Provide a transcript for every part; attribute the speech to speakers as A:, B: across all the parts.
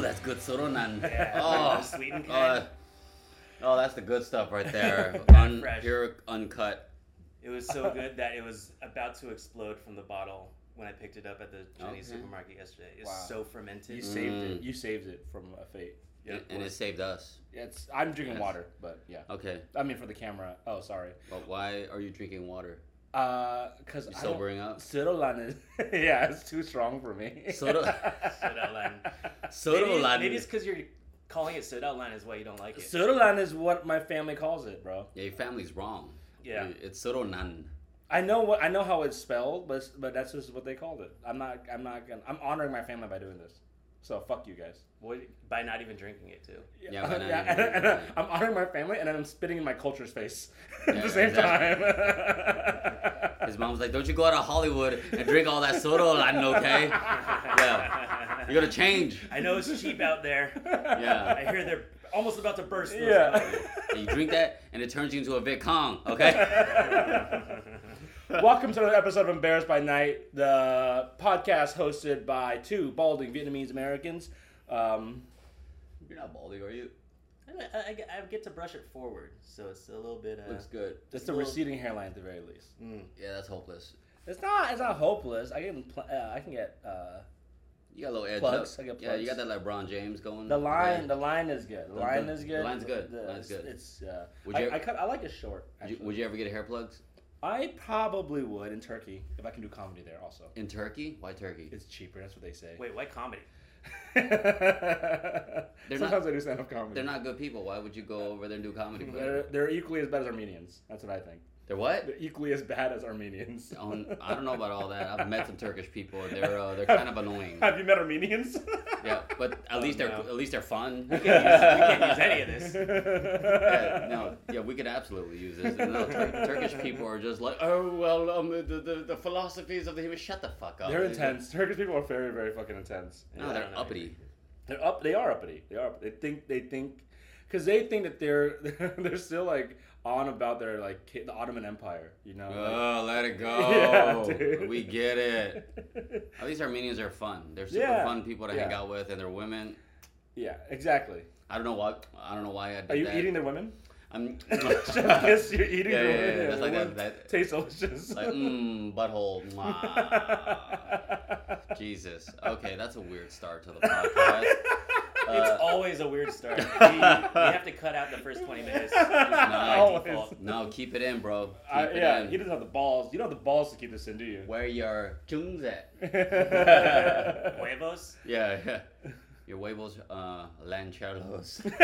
A: that's good soronan.
B: Yeah,
A: Oh,
B: the sweetened kind.
A: uh, oh, that's the good stuff right there. Un-
B: Fresh.
A: pure, uncut.
B: It was so good that it was about to explode from the bottle when I picked it up at the Chinese
A: Okay.
B: supermarket yesterday. It's
C: Wow.
B: so fermented.
C: You saved it.
A: Mm.
C: You saved it from a fate.
B: Yeah,
A: and it saved us.
C: It's I'm drinking
A: Yes. Oh.
C: water, but yeah.
A: Okay,
C: I mean for the camera. Oh, sorry.
A: but why are you drinking water?
C: Uh, cause
A: You
C: I don't-
A: sobering up?
C: Citrolan is yeah, it's too strong for me.
A: Soda-
B: Citrolan.
A: Soda
B: maybe,
A: Latin.
B: maybe it's because you're calling it soda line is why you don't like it.
C: Citrolan is what my family calls it, bro.
A: Yeah, your family's wrong.
B: yeah.
A: It's soronan.
C: I know what I know how it's spelled, but but that's just what they called it. I'm not I'm not gonna I'm honoring my family by doing this. So fuck you guys.
B: What, by not even drinking it too.
A: Yeah, why not?
C: and, and, uh, I'm honoring my family, and I'm spitting in my culture's face at
A: Yeah,
C: the same
A: exactly.
C: time.
A: His mom was like, "Don't you go out to Hollywood and drink all that soronan, okay? Yeah. You're gonna change.
B: I know it's cheap out there.
A: Yeah.
B: I hear they're almost about to burst. Those
C: Yeah.
A: And you drink that, and it turns you into a Viet Cong, okay?
C: Welcome to another episode of Embarrassed by Night, the podcast hosted by two balding Vietnamese Americans. Um,
A: You're not balding, are you?
B: I, I, I get to brush it forward, so it's a little bit. Uh,
A: Looks good.
C: it's the
B: Well-
C: receding hairline at the very least.
B: mm.
A: Yeah, that's hopeless.
C: It's not. It's not hopeless. I can. Pl- uh, I can get. Uh,
A: You got a little edge
C: Plugs,
A: up.
C: I got
A: Yeah, you got
C: plugs.
A: that LeBron James going.
C: the line.
A: Okay.
C: The line is good. The,
A: The-
C: line
A: the-
C: is good.
A: the line's good.
C: The-
A: The line's good.
C: It's. Uh,
A: Would
C: I,
A: you-
C: I, cut, I like it short.
A: Would
C: Actually.
A: you, would you ever get hair plugs
C: I probably would in Turkey if I can do comedy there. Also,
A: in Turkey? Why Turkey?
C: it's cheaper. That's what they say.
B: Wait, why comedy?
C: Sometimes
A: not-
C: I do stand up comedy.
A: They're not good people. Why would you go over there and do comedy? for
C: They're,
A: them?
C: they're equally as bad as Armenians. That's what I think.
A: They're what?
C: They're equally as bad as Armenians.
A: On- I don't know about all that. I've met some Turkish people. They're uh, they're kind of annoying.
C: Have you met Armenians?
A: Yeah, but at
B: Oh,
A: least they're
B: no.
A: at least they're fun.
B: We can't use any of this.
A: Yeah, no, yeah, we could absolutely use this. No, Tur- Turkish people are just like, oh well, um, the, the the philosophies of the human. Shut the fuck up.
C: They're intense. Turkish people are very, very fucking intense.
A: No,
B: Yeah, I
A: they're
B: don't know.
A: uppity.
C: They're up. They are uppity. They are. They think. They think. Because they think that they're they're still like on about their like ki- the Ottoman Empire. You know. like-
A: Oh, let it
C: Yeah, dude.
A: we get it. At least Armenians are fun. They're super
C: Yeah.
A: fun people to hang
C: Yeah.
A: out with, and they're women.
C: yeah. Exactly.
A: I don't know what. I don't know why I did
C: Are you
A: that.
C: eating their women?
A: I'm.
C: yes, you're eating
A: Yeah,
C: their
A: yeah, yeah,
C: women.
A: yeah, that's like that-
C: Women
A: that-
C: Tastes delicious.
A: like, mmm, butthole. mwah. Jesus. Okay, that's a weird start to the podcast.
B: It's
A: Uh,
B: always a weird start. We, we have to cut out the first 20 minutes. It's by
C: Always.
B: default.
A: no, keep it in, bro. Keep
C: I-
A: it
C: Uh, yeah,
A: in.
C: he doesn't have the balls. You don't have the balls to keep this in, do you?
A: Where your chungs at?
B: Huevos?
A: Yeah, yeah. Your huevos, uh, lancheros.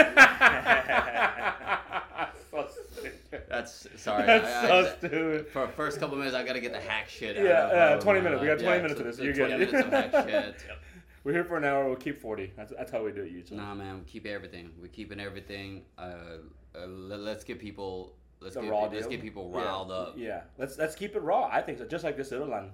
C: so stupid.
A: That's sorry.
C: That's
A: I- I-
C: so
A: I-
C: stupid.
A: For the first couple minutes, I gotta get the hack shit.
C: Yeah,
A: out
C: uh,
A: of
C: 20
A: my
C: minutes. We
A: mind.
C: got 20
A: Yeah,
C: minutes of
A: so-
C: this.
A: so
C: You're
A: 20
C: good.
A: minutes of hack shit.
B: Yep.
C: We're here for an hour. We'll keep 40. That's, that's how we do it usually.
A: Nah, man, we keep everything. We're keeping everything. Uh, uh, let, let's get people. Let's
C: The
A: get
C: raw
A: let's
C: deal.
A: get people riled
C: yeah.
A: up.
C: Yeah, let's let's keep it raw. I think so. Just like this little line,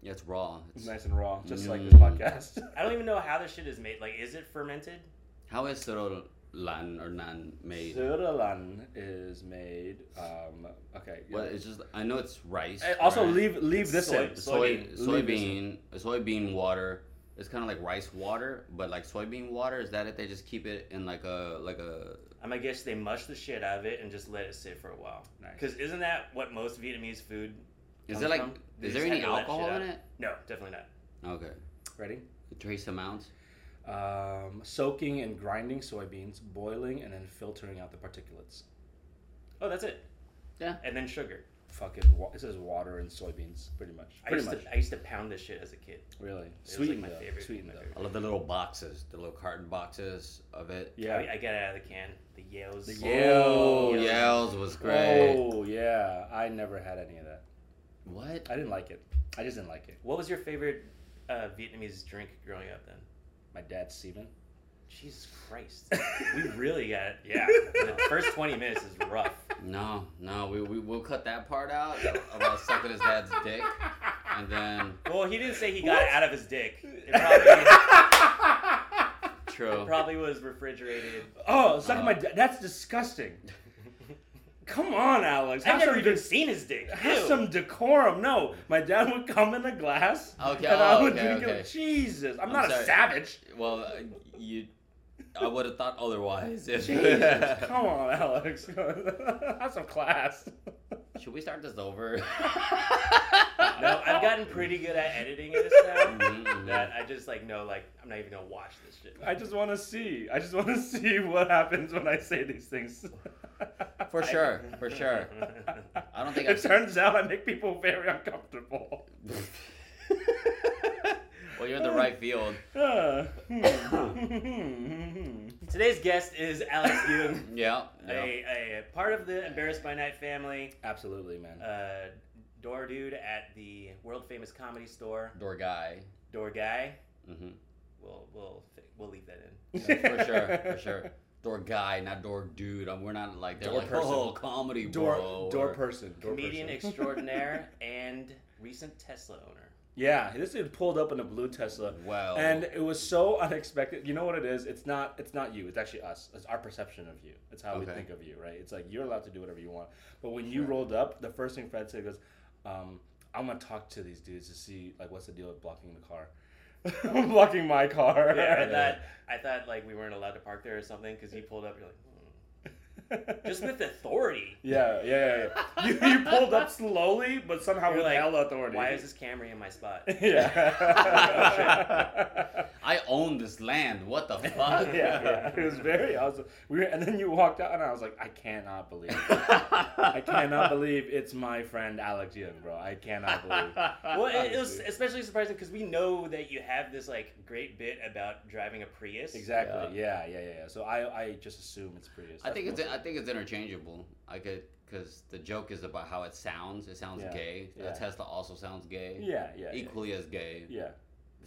A: Yeah, it's raw.
C: it's
A: It's,
C: nice and raw, just like this
A: Mm.
C: podcast.
B: I don't even know how this shit is made. Like, is it fermented?
A: How is soro lan or nan made?
C: Suralan is made. Um, okay. yeah.
A: Well, it's just I know it's rice.
C: Hey, Eh, also,
A: right?
C: leave leave this
B: soy-
C: in.
A: soy
C: Leave- leave this in.
A: soybean soybean water. It's kind of like rice water, but like soybean water. Is that it? They just keep it in like a like a
B: I'm gonna guess they mush the shit out of it and just let it sit for a while.
C: Nice.
B: Because isn't that what most Vietnamese food?
A: Is
B: comes
A: there like
B: from? They
A: is
B: just
A: there any
B: have to let
A: alcohol
B: shit
A: in
B: out.
A: it?
B: No, definitely not.
A: Okay.
C: Ready?
A: Trace amounts.
C: Um, soaking and grinding soybeans, boiling, and then filtering out the particulates.
B: Oh, that's it.
A: Yeah.
B: And then sugar.
C: Fucking, wa- this is water and soybeans, pretty much.
B: I
C: Pretty
B: used
C: much,
B: to I used to pound this shit as a kid.
C: really.
B: like
C: Sweetened
B: my
C: though.
B: favorite-
C: Sweetened
B: my
C: though.
B: favorite.
A: I love the little boxes, the little carton boxes of it.
C: Yeah.
B: I, I got it out of the can. The Yales.
C: The Yale-
A: Oh,
C: Yells.
A: yells was great.
C: Oh yeah, I never had any of that.
A: What?
C: I didn't like it. I just didn't like it.
B: What was your favorite uh, Vietnamese drink growing up then?
C: My dad's semen.
B: Jesus Christ. we really got it. Yeah. The first 20 minutes is rough.
A: No, no, we we will cut that part out about sucking his dad's dick, and then
B: Well, he didn't say he got
C: What?
B: it out of his dick. It probably,
A: true.
B: probably was refrigerated.
C: oh, suck
A: Uh,
C: my. Da- that's disgusting. Come on, Alex.
B: I've
C: Have
B: never
C: some
B: even
C: de-
B: seen his dick.
C: have
B: Ew.
C: some decorum. No, my dad would come in a glass,
A: Okay,
C: and I
A: oh,
C: would
A: okay,
C: drink
A: okay.
C: it. Jesus, I'm,
A: I'm
C: not
A: sorry.
C: a savage.
A: Well, uh, you, I would have thought otherwise. If
C: Jesus, come on, Alex. have some class.
A: Should we start this over?
B: No, I've gotten pretty good at editing this now.
A: Mhm.
B: that I just like know like I'm not even gonna watch this shit.
C: I just want to see. I just want to see what happens when I say these things.
A: For sure, for sure. I don't think
C: it
A: I've-
C: turns out I make people very uncomfortable.
A: well, you're in the right field.
C: Ah, hmm.
B: Today's guest is Alex Yoon,
A: Yeah. yeah.
B: a, a part of the Embarrassed by Night family,
C: Absolutely, man.
B: uh, door dude at the world famous comedy store,
A: Door guy.
B: door guy.
A: hmm
B: We'll we'll we'll leave that in.
A: Yeah, for sure, for sure. Door guy, not door dude. Um, We're not like they're
C: Door
A: like
C: person.
A: oh comedy
C: Door,
A: bro.
C: door
A: or-
C: person. Door
B: Comedian
C: person.
B: extraordinaire and recent Tesla owner.
C: Yeah, this dude pulled up in a blue Tesla.
A: Wow.
C: And it was so unexpected. You know what it is? It's not. It's not you. It's actually us. It's our perception of you. It's how we
A: Okay.
C: think of you, right? It's like you're allowed to do whatever you want. But when you rolled up, the first thing Fred said was, um, "I'm gonna talk to these dudes to see like what's the deal with blocking the car, blocking my car."
B: Yeah, I thought I thought like we weren't allowed to park there or something because you pulled up. You're like, hmm. just with authority.
C: yeah, yeah, yeah. You, you pulled up slowly, but somehow
B: You're
C: with
B: like,
C: hell authority.
B: Why is this Camry in my spot? Oh,
C: yeah.
A: I own this land. What the fuck?
C: yeah, yeah. It was very awesome. We were, and then you walked out, and I was like, I cannot believe. It. I cannot believe it's my friend Alex Young, bro. I cannot believe.
B: Well, it, it was especially surprising because we know that you have this like great bit about driving a Prius.
C: Exactly. Yeah, yeah, yeah. yeah. So I, I just assume it's Prius.
A: I think it's
C: That's
A: I think it's interchangeable. I could because the joke is about how it sounds. It sounds
C: Yeah,
A: gay.
C: yeah.
A: A Tesla also sounds gay.
C: what- Yeah, yeah, yeah.
A: Equally as gay.
C: Yeah.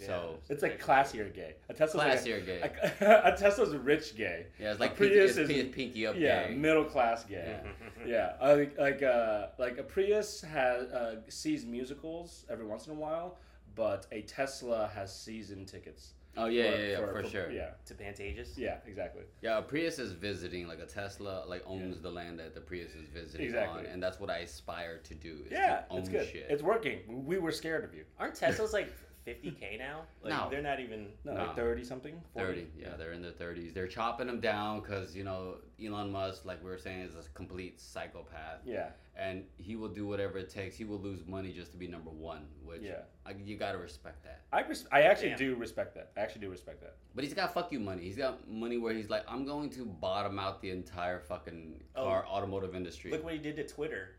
A: So
C: It's like classier gay. A Tesla's like
A: classier gay.
C: a, a, Tesla's rich gay.
A: yeah, it's
C: a
A: like
C: Prius
A: Prius it's,
C: is-
A: pink- pinky up
C: Yeah,
A: gay.
C: middle class gay. Yeah, I think- like uh, like a Prius has uh, sees musicals every once in a while, but a Tesla has season tickets.
A: oh yeah, yeah, yeah, for, sure. Yeah.
C: Yeah,
B: to Pantages.
C: yeah, exactly.
A: a Prius is visiting like a Tesla like owns the land that the Prius is visiting
C: Exactly.
A: on, and that's what I aspire to do. Is
C: yeah,
A: to own
C: it's good.
A: shit.
C: It's working. We were scared of you.
B: Aren't Teslas like 50k now? Like,
A: No.
B: they're not even.
C: No,
A: No.
C: like thirty something. 40?
A: 30 yeah they're in their 30s they're chopping them down because you know elon musk like we were saying is a complete psychopath
C: Yeah,
A: and he will do whatever it takes he will lose money just to be number one which
C: Yeah.
A: I, you gotta respect that
C: I res- I actually
B: Damn.
C: do respect that. I actually do respect that.
A: but he's got fuck you money he's got money where he's like i'm going to bottom out the entire fucking
B: Oh.
A: car automotive industry
B: Look what he did to Twitter.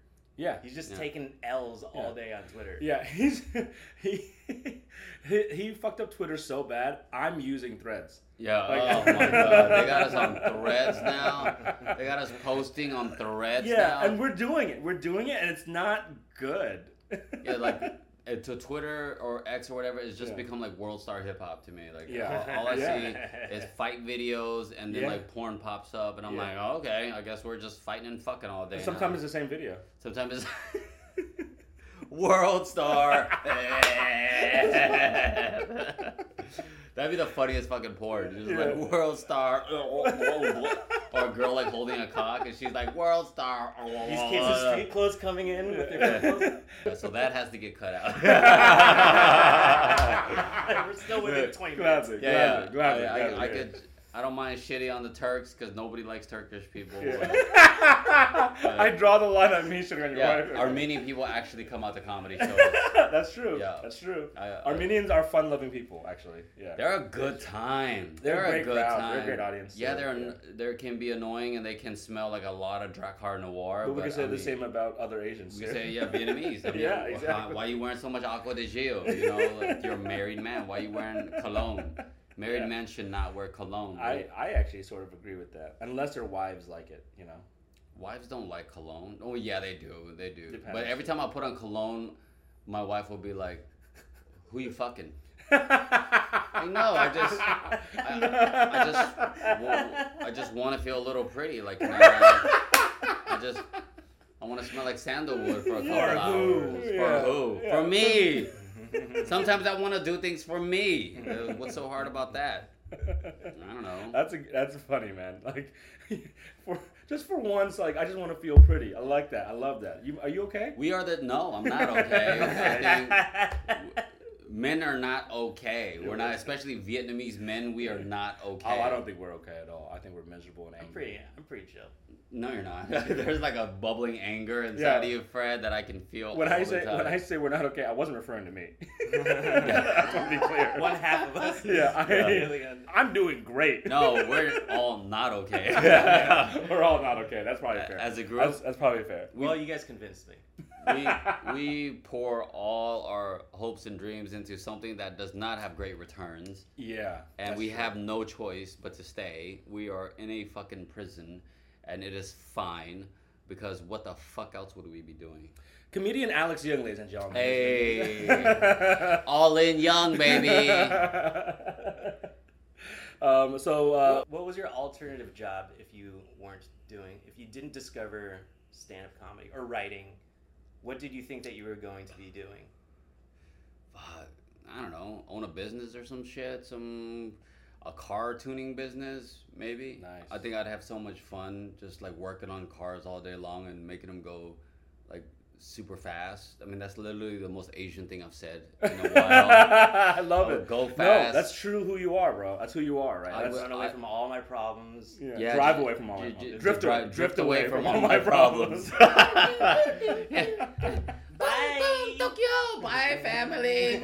C: Yeah,
B: He's just
A: Yeah.
B: taking L's all
C: Yeah.
B: day on Twitter.
C: yeah. He's he, he he fucked up Twitter so bad. I'm using Threads.
A: yeah
C: Like-
A: oh my god they got us on threads now they got us posting on threads now
C: yeah, and we're doing it. We're doing it, and it's not good.
A: yeah like uh, to Twitter or X or whatever, it's just
C: Yeah.
A: become like world star hip hop to me. Like
C: Yeah.
A: all, all I
B: Yeah.
A: see is fight videos, and then
C: Yeah.
A: like porn pops up, and I'm
C: Yeah.
A: like, oh, okay, I guess we're just fighting and fucking all day.
C: Sometimes
A: now.
C: it's the same video.
A: sometimes it's world star. That'd be the funniest fucking porn. Just
C: Yeah.
A: like world star, oh, or a girl like holding a cock, and she's like world star. Uh,
B: These kids
C: uh,
B: with street clothes coming in with their clothes.
A: So that has to get cut out.
B: We're still within 20 minutes.
C: Gladly,
A: Yeah, Oh,
C: gladly,
A: yeah.
C: gladly,
A: I, I-
C: gladly.
A: I could. I don't mind shitty on the Turks because nobody likes Turkish people. Yeah.
C: Yeah. I draw the line on me shitting on your wife.
A: Armenian people actually come out to comedy shows.
C: That's true.
A: Yeah.
C: That's true.
A: I- I-
C: Armenians are fun-loving people, actually. Yeah.
A: They're a good time.
C: They're
A: They're,
C: a great
A: a good
C: crowd.
A: time.
C: They're a great audience,
A: Yeah,
C: too.
A: they're
C: Yeah.
A: an- they can be annoying and they can smell like a lot of Drakkar Noir.
C: but we can say
A: I
C: the
A: mean,
C: same about other Asians.
A: We
C: too.
A: can say yeah, Vietnamese. I mean,
C: Yeah,
A: why-
C: exactly.
A: Why you wearing so much Aqua de Gio? You know, like you're a married man. Why you wearing cologne? Married
C: Yeah.
A: men should not wear cologne.
C: I, I actually sort of agree with that, unless their wives like it, you know.
A: Wives don't like cologne. Oh yeah, they do. They do. But
C: Depends.
A: every time I put on cologne, my wife will be like, "Who you fucking?"
C: I
A: know, I just- I- I just, wa- I just want to feel a little pretty. Like, can I, I just, I want to smell like sandalwood for a couple
C: For who?
A: hours. For
C: Yeah,
A: who?
C: yeah.
A: For me. Sometimes I want to do things for me. Uh, What's so hard about that? I don't know.
C: That's a, that's funny, man. Like, for just for once, like I just want to feel pretty. I like that. I love that. You are you okay?
A: We are the no. I'm not okay. I think men are not okay. We're not, especially Vietnamese men. We are not okay.
C: Oh, I don't think we're okay at all. I think we're miserable and
B: I'm
C: angry.
B: pretty. I'm pretty chill.
A: No, you're not. There's like a bubbling anger inside of
C: Yeah.
A: you, Fred, that I can feel.
C: When
A: all
C: I
A: the
C: say
A: time.
C: when I say we're not okay, I wasn't referring to me. I want to be clear.
B: One half of us. is
C: Yeah, I-
B: really un-
C: I'm doing great.
A: no, we're all not okay.
C: we're all not okay. That's probably fair.
A: As a group,
C: that's, that's probably fair.
B: well, you guys convinced me.
A: we we pour all our hopes and dreams into something that does not have great returns,
C: Yeah.
A: and
C: that's
A: we
C: true.
A: have no choice but to stay. We are in a fucking prison, and it is fine because what the fuck else would we be doing?
C: comedian Alex Young, ladies and gentlemen.
A: Hey, all in young, baby.
C: um. So. Uh,
B: what was your alternative job if you weren't doing, if you didn't discover stand-up comedy or writing? What did you think that you were going to be doing?
A: Fuck, I don't know, own a business or some shit, some a car tuning business maybe.
C: Nice.
A: I think I'd have so much fun just like working on cars all day long and making them go like super fast. I mean, that's literally the most Asian thing I've said in a while.
C: I love
A: I would
C: it.
A: go
C: No,
A: fast.
C: that's true. Who you are, bro? That's who you are, right?
A: I
C: That's-
A: would-
B: Run away
A: I-
B: from all my problems.
C: yeah.
A: Yeah,
C: drive
A: ju-
C: away from all. my
A: ju- ju-
C: problems. drift,
A: dri-
C: away, drift, away, from, all my problems.
A: Bye, Tokyo. Bye, family.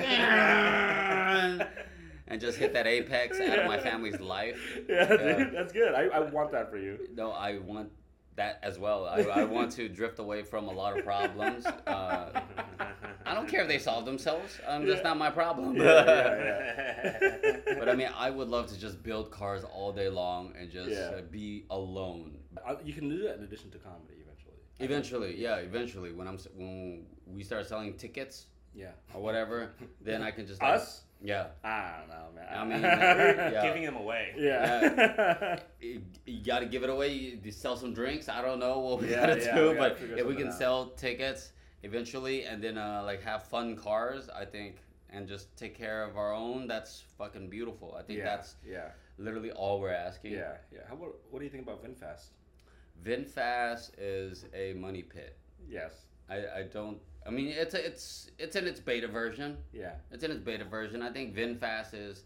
A: and just hit that apex out of my family's life.
C: yeah,
A: Yeah.
C: dude, that's good. I, I want that for you.
A: No, I want that as well. I, I want to drift away from a lot of problems. Uh, I don't care if they solve themselves. Um, that's
C: Yeah.
A: not my problem. but I mean, I would love to just build cars all day long and just
C: Yeah.
A: uh, be alone.
C: I- Uh, you can do that in addition to comedy eventually.
A: Eventually, yeah, eventually, when I'm s- when we start selling tickets
C: Yeah.
A: or whatever, then I can just like,
C: Us?
A: Yeah,
C: I don't know, man.
A: I mean,
B: We're
A: Yeah.
B: giving them away.
C: yeah.
A: you, you got to give it away. You, you sell some drinks. I don't know what we
C: Yeah,
A: gotta
C: yeah,
A: do,
C: we gotta
A: but
C: figure
A: if we
C: something
A: can
C: out.
A: sell tickets eventually and then uh, like have fun cars, I think, and just take care of our own, that's fucking beautiful. I think
C: yeah.
A: that's
C: yeah.
A: literally all we're asking.
C: Yeah, yeah. How, what, what do you think about VinFast?
A: VinFast is a money pit.
C: Yes.
A: I, I don't. I mean, it's a, it's it's in its beta version.
C: Yeah.
A: It's in its beta version. I think VinFast is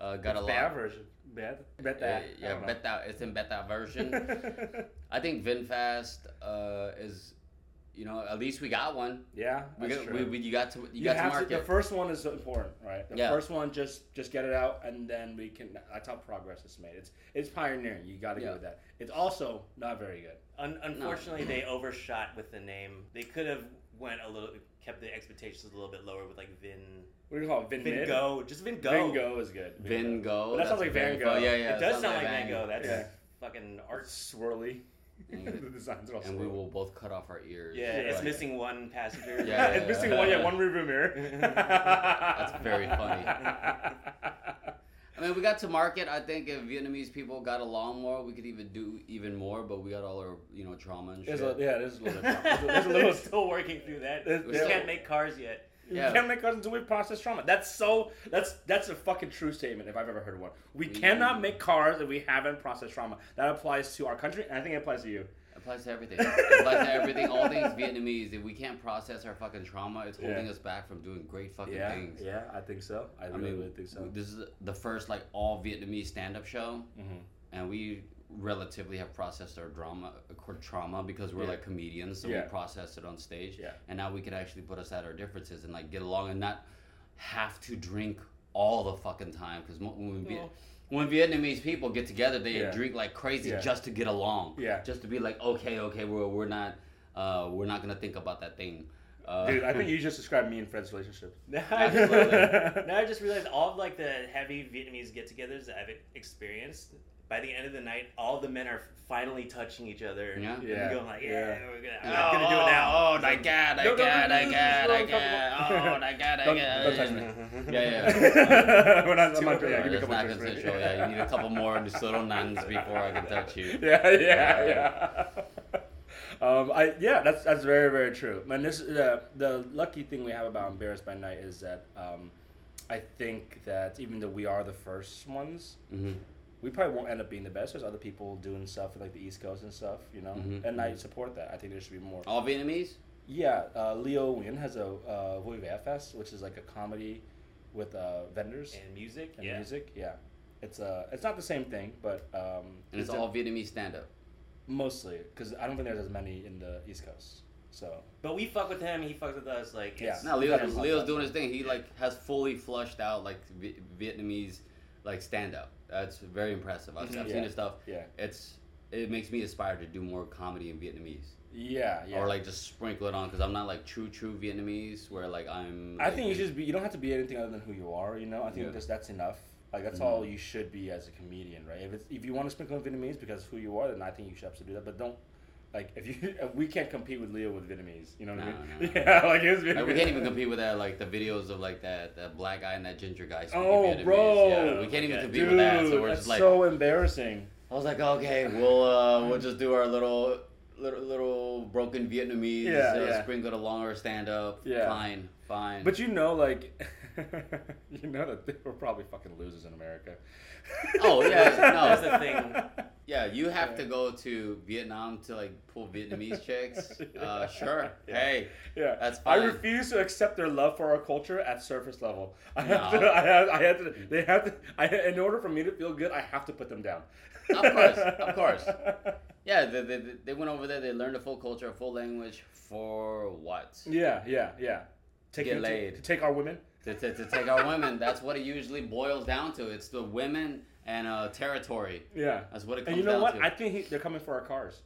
A: uh, got a lot.
C: Bad version. Bad. Bet
A: Uh,
C: that.
A: yeah, beta. It's in beta version.
C: that.
A: I think VinFast uh, is, you know, at least we got one.
C: yeah,
A: We,
C: that's
A: got,
C: true.
A: we, we- you got to you,
C: you
A: got to
C: have
A: market.
C: to, the first one is important, right? The
A: Yeah.
C: first one, just just get it out, and then we can. That's how progress is made. It's it's pioneering. You got to
A: Yeah.
C: go with that. It's also not very good.
B: Un- unfortunately, they overshot with the name. They could have went a little, kept the expectations a little bit lower with like Vin,
C: What do you call it? Vin Mid?
B: Vingo, just Vingo.
C: Vin Go is good.
A: Van Gogh.
C: But that sounds like Van Gogh.
A: Yeah, yeah.
B: it
A: sounds
B: does sound like
A: Van
B: Van Gogh. That's
C: Yeah.
B: fucking art.
C: Art's swirly.
A: And-
C: the designs are all
A: And we
C: swirly.
A: will both cut off our ears.
B: Yeah,
C: Yeah.
B: it's missing one passenger.
A: Yeah, yeah,
C: it's
A: yeah.
C: missing one. Yeah, one rearview mirror. That's
A: very funny.
C: yeah,
A: I mean, we got to market. I think if Vietnamese people got along more, we could even do even more. But we got all our you know trauma and shit.
C: there's a, yeah, there's a little. Bit of trauma. There's a
B: They're
C: little.
B: still working through that.
C: There's-
B: We
A: there's-
B: can't make cars yet.
A: Yeah.
C: We can't make cars until we process trauma. That's so. That's that's a fucking true statement if I've ever heard one. We
A: Mm.
C: cannot make cars if we haven't processed trauma. That applies to our country, and I think it applies to you.
A: applies to everything. It applies to everything. All things Vietnamese. If we can't process our fucking trauma, it's holding
C: Yeah.
A: us back from doing great fucking things.
C: yeah, I think so. I,
A: I mean, this is the first like all Vietnamese stand-up show,
C: Mm-hmm.
A: and we relatively have processed our drama, our trauma because we're
C: Yeah.
A: like comedians, so
C: Yeah.
A: we process it on stage.
C: Yeah.
A: And now we can actually put aside our differences and like get along and not have to drink all the fucking time because when we.
B: Well-
A: When Vietnamese people get together, they
C: Yeah.
A: drink like crazy
C: Yeah.
A: just to get along.
C: Yeah.
A: Just to be like, okay, okay, we're, we're not, uh, we're not gonna think about that thing. Uh,
C: Dude, I think you just described me and Fred's relationship.
B: Now
A: Absolutely.
B: now I just realized all of like the heavy Vietnamese get-togethers that I've e-, experienced. By the end of the night, all the men are finally touching each other.
A: Yeah.
C: Yeah.
B: And going like, yeah,
C: Yeah.
B: we're gonna,
A: Yeah.
B: I'm gonna do it now.
A: Oh, my god, I
C: No, no,
A: got,
C: no,
A: I
C: no,
A: got,
C: no,
A: I
C: no,
A: got.
C: no, no.
A: Oh, my god, I got.
C: Don't- don't touch me.
A: Yeah, yeah.
C: We're not, I'm
B: Two
C: not
B: of them.
C: yeah, give me a
A: That's
C: couple
A: not
C: drinks, Fred.
A: consensual. Yeah, you need a couple more of these little nuns before I can touch you.
C: yeah, yeah, yeah. um, I yeah, that's that's very very true. And this uh, the lucky thing we have about embarrassed by night is that um, I think that even though we are the first ones,
A: Mm-hmm.
C: we probably won't end up being the best. There's other people doing stuff like the East Coast and stuff, you know.
A: Mhm,
C: And I
A: mhm.
C: support that. I think there should be more.
A: All Vietnamese?
C: Yeah, uh, Leo Nguyen has a uh, Vui Vẻ Fest, which is like a comedy with uh, vendors
B: And music,
C: and
B: yeah.
C: music. Yeah, it's uh, it's not the same thing, but um,
A: And it's
C: a-
A: all Vietnamese stand up.
C: mostly because I don't think there's as many in the East Coast. So
B: But we fuck with him. He fucks with us. Like,
C: Yeah.
B: it's,
A: No,
C: Leo-
A: Leo's,
C: Yeah.
A: Leo's doing his thing. He like has fully flushed out like v- Vietnamese like stand up. That's very impressive. I've, I've
C: Mm-hmm. Yeah.
A: seen his stuff.
C: yeah,
A: It's it makes me aspire to do more comedy in Vietnamese,
C: yeah, yeah.
A: or like just sprinkle it on because I'm not like true true Vietnamese where like I'm.
C: I
A: like,
C: think you should be. You don't have to be anything other than who you are. You know, I think
A: Yeah.
C: just that's enough. Like that's
A: Mhm.
C: all you should be as a comedian, right? If it's, if you want to sprinkle in Vietnamese because who you are, then I think you should have to do that. But don't like if you if we can't compete with Leo with Vietnamese. You know what
A: No,
C: I
A: no,
C: mean?
A: no.
C: Yeah, like it's Vietnamese.
A: Like, we can't even compete with that. Like the videos of like that that black guy and that ginger guy. speaking
C: Oh,
A: Vietnamese.
C: bro.
A: Yeah, we can't even
B: Okay.
A: compete
C: Dude,
A: with that. So we're
C: that's
A: just like,
C: so embarrassing.
A: I was like, okay, we'll uh, we'll just do our little little little broken Vietnamese,
C: Yeah,
A: uh,
C: yeah.
A: sprinkle along our stand up.
C: Yeah.
A: Fine, fine.
C: But you know, like, you know that they were probably fucking losers in America.
A: Oh, yeah, no.
B: That's the thing.
A: yeah, you have to
C: Yeah.
A: go to Vietnam to like pull Vietnamese chicks. Uh, sure. Hey,
C: Yeah,
A: That's
C: I
A: fine.
C: refuse to accept their love for our culture at surface level. I have
A: No.
C: to. I have, I have to. They have to. I, in order for me to feel good, I have to put them down.
A: Of course, of course. yeah, they, they, they went over there. They learned a full culture, a full language for what?
C: yeah, yeah, yeah. Take
A: Get
C: them to-
A: laid.
C: To, take our women.
A: to, to, to take our women. That's what it usually boils down to. It's the women and uh, territory.
C: Yeah.
A: That's what it comes
C: And you know
A: down
C: what?
A: to.
C: I think he, they're coming for our cars.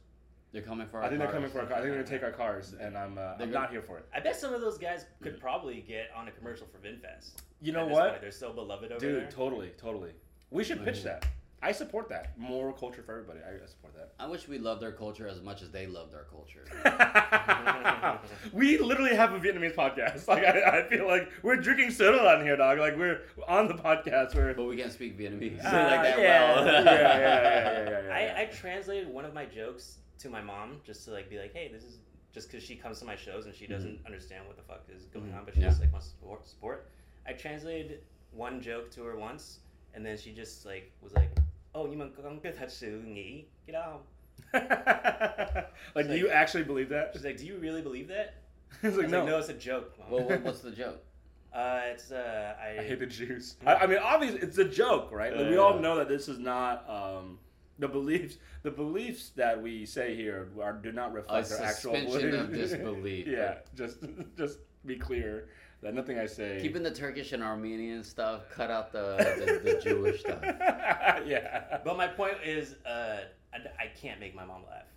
A: they're coming for our
C: I think they're coming
A: cars.
C: for our cars. I think they're gonna take our cars, and I'm. Uh,
A: They're
C: I'm
A: gonna-
C: not here for it.
B: I bet some of those guys
A: Mm.
B: could probably get on a commercial for VinFest.
C: You
B: At
C: know
B: this
C: what?
B: point, They're so beloved over
C: Dude,
B: there.
C: totally, totally. We should pitch
A: Mhm.
C: that. I support that. Moral culture for everybody. I I support that.
A: I wish we loved their culture as much as they loved our culture.
C: we literally have a Vietnamese podcast. Like I, I feel like we're drinking soda on here, dog. Like we're on the podcast. We're
A: But we can't speak Vietnamese
B: Ah,
A: like that
B: yeah.
A: well.
C: yeah, yeah, yeah, yeah, yeah, yeah, yeah.
B: I, I translated one of my jokes to my mom just to like be like, hey, this is just because she comes to my shows and she
C: Mm-hmm.
B: doesn't understand what the fuck is going
A: Mhm.
B: on, but she
A: Yeah.
B: just like wants to support- support. I translated one joke to her once, and then she just like was like, oh, you get out.
C: like, do you actually believe that?
B: She's like, do you really believe that?
C: It's
B: I was
C: like, no,
B: like, no, it's a joke, mom.
A: Well, what, what's the joke?
B: uh, it's uh, I,
C: I hate the Jews. I, I mean, obviously, it's a joke, right? Like, we all
B: Yeah.
C: know that this is not um, the beliefs. The beliefs that we say here are do not reflect our actual
A: suspension of
C: beliefs.
A: disbelief.
C: yeah, just just be clear that nothing I say.
A: Keeping the Turkish and Armenian stuff, cut out the, the, the Jewish stuff.
C: yeah.
B: But my point is, uh, I, I can't make my mom laugh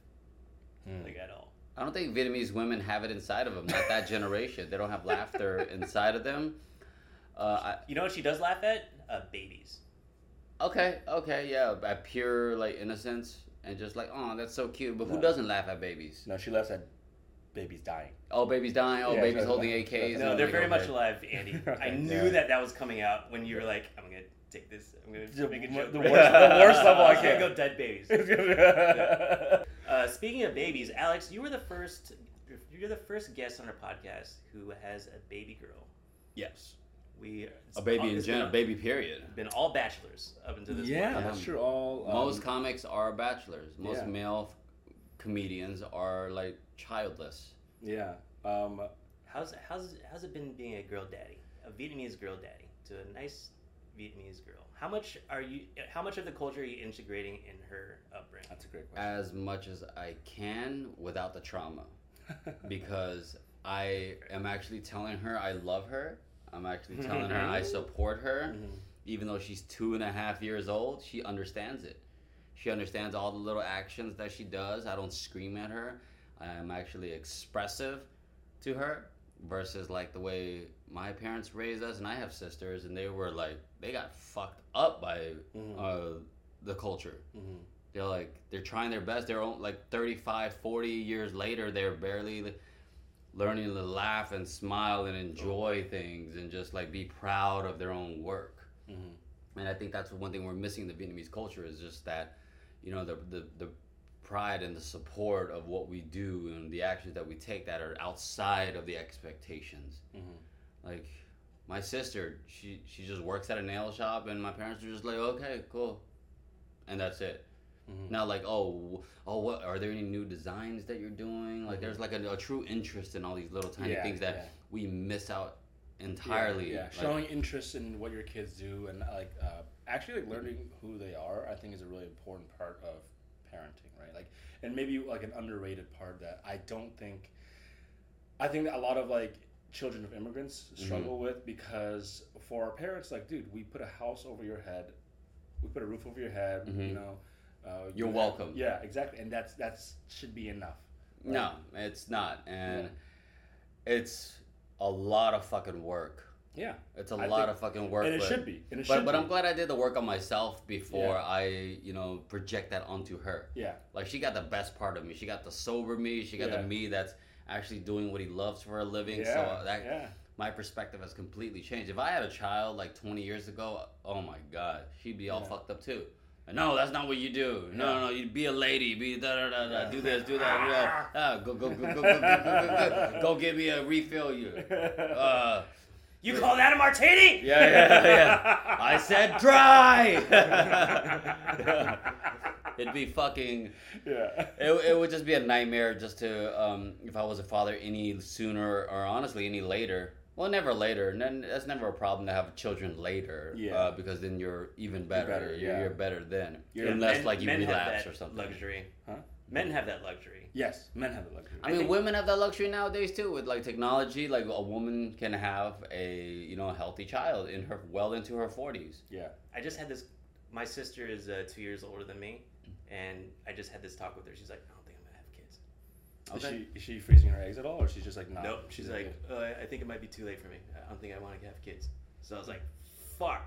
C: Hmm.
B: like at all.
A: I don't think Vietnamese women have it inside of them. Not that generation. They don't have laughter inside of them. Uh,
B: You know what she does laugh at? Uh, babies.
A: I, okay, okay, yeah, at pure like innocence and just like, oh, that's so cute. But who
C: No.
A: doesn't laugh at babies?
C: No, she laughs at babies dying.
A: Oh, baby's dying. Oh,
C: Yeah,
A: baby's
C: exactly.
A: holding AKs.
C: Is
B: No,
A: and
B: they're
A: like,
B: very
A: oh,
B: much
A: babe.
B: alive, Andy. I
C: Right,
B: knew
C: yeah.
B: that that was coming out when you were like, "I'm gonna take this. I'm
C: The-
B: gonna make a
C: the
B: joke."
C: worst-
B: right
C: the
B: now."
C: worst level I
B: I'm gonna
C: can.
B: go dead babies.
C: yeah.
B: Uh, speaking of babies, Alex, you were the first. You're the first guest on our podcast who has a baby girl.
A: Yes.
B: We it's
A: A baby
B: all-
A: in
B: it's
A: general,
B: been-
A: baby period.
B: Been all bachelors up until this point.
C: that's true. All um,
A: Most comics are bachelors. Most
C: yeah.
A: male comedians are like childless.
C: Yeah. Um,
B: How's how's how's it been being a girl daddy, a Vietnamese girl daddy to a nice Vietnamese girl? How much are you? How much of the culture are you integrating in her upbringing?
C: that's a great question.
A: as much as I can without the trauma because I am actually telling her I love her. I'm actually
C: Mm-hmm.
A: telling her I support her. Even though she's two and a half years old, she understands it. She understands all the little actions that she does. I don't scream at her. I'm actually expressive to her versus like the way my parents raised us and I have sisters and they were like they got fucked up by
C: Mm-hmm.
A: uh, the culture
C: Mhm.
A: they're like they're trying their best they're on- like 35 40 years later they're barely li- learning to laugh and smile and enjoy things and just like be proud of their own work
C: Mhm.
A: and i think that's one thing we're missing in the vietnamese culture is just that you know the, the, the pride and the support of what we do and the actions that we take that are outside of the expectations
C: Mhm.
A: like My sister, she she just works at a nail shop, and my parents are just like, okay, cool, and that's it.
C: Mhm.
A: Not like oh wh- oh what are there any new designs that you're doing? Like there's like a, a true interest in all these little tiny
C: Mm-hmm. Yeah,
A: things that
C: yeah.
A: we miss out entirely.
C: Yeah,
A: Like,
C: showing interest in what your kids do and like uh, actually like learning who they are, I think is a really important part of parenting, right? Like, and maybe like an underrated part that I don't think, I think that a lot of like children of immigrants
A: Mm-hmm.
C: struggle with because for our parents, like, dude, we put a house over your head, we put a roof over your head,
A: Mhm.
C: you know. Uh,
A: You're
C: you have-
A: welcome.
C: Yeah, exactly, and that's that's should be enough. right?
A: No, it's not, and it's a lot of fucking work.
C: Yeah,
A: It's a
C: I
A: lot
C: think-
A: of fucking work.
C: and it
A: but-
C: should be, and it
A: But,
C: should
A: but
C: be.
A: I'm glad I did the work on myself before
C: Yeah.
A: I, you know, project that onto her.
C: yeah,
A: Like she got the best part of me. She got the sober me. She got the
C: Yeah.
A: me that's actually doing what he loves for a living.
C: yeah,
A: so that
C: yeah.
A: my perspective has completely changed. If I had a child like 20 years ago, oh my god, she'd be all
C: Yeah.
A: fucked up too. No, that's not what you do. No,
C: Yeah.
A: no, you be a lady. Be da da da da.
C: Yeah.
A: Do this, do that, do that. Ah, go, go, go, go, go, go, go, go, go. Go get me a refill. You. Uh,
B: You call that a martini?
A: yeah, yeah, yeah. I said dry. It'd be fucking.
C: yeah.
A: It, it would just be a nightmare just to um, if I was a father any sooner or honestly any later. Well, never later. N- that's never a problem to have children later.
C: Yeah.
A: Uh, because then you're even better. You're
C: better,
A: you're,
C: yeah.
A: better then.
C: You're-
A: Unless
B: Men-
A: like you
B: men have
A: relapse
B: that
A: or something.
B: Luxury.
C: Huh?
B: Men have that luxury.
C: Yes, men have the luxury.
A: I
B: I
A: mean,
B: think-
A: women have that luxury nowadays too, with like technology. Like a woman can have a you know healthy child in her well into her forties.
C: yeah.
B: I just had this. My sister is uh, two years older than me, and I just had this talk with her. She's like, I don't think I'm gonna have kids.
A: Okay.
C: Is she is she freezing her eggs at all, or she's just like no?
B: nope. She's like, uh, I think it might be too late for me. I don't think I want to have kids. So I was like, fuck.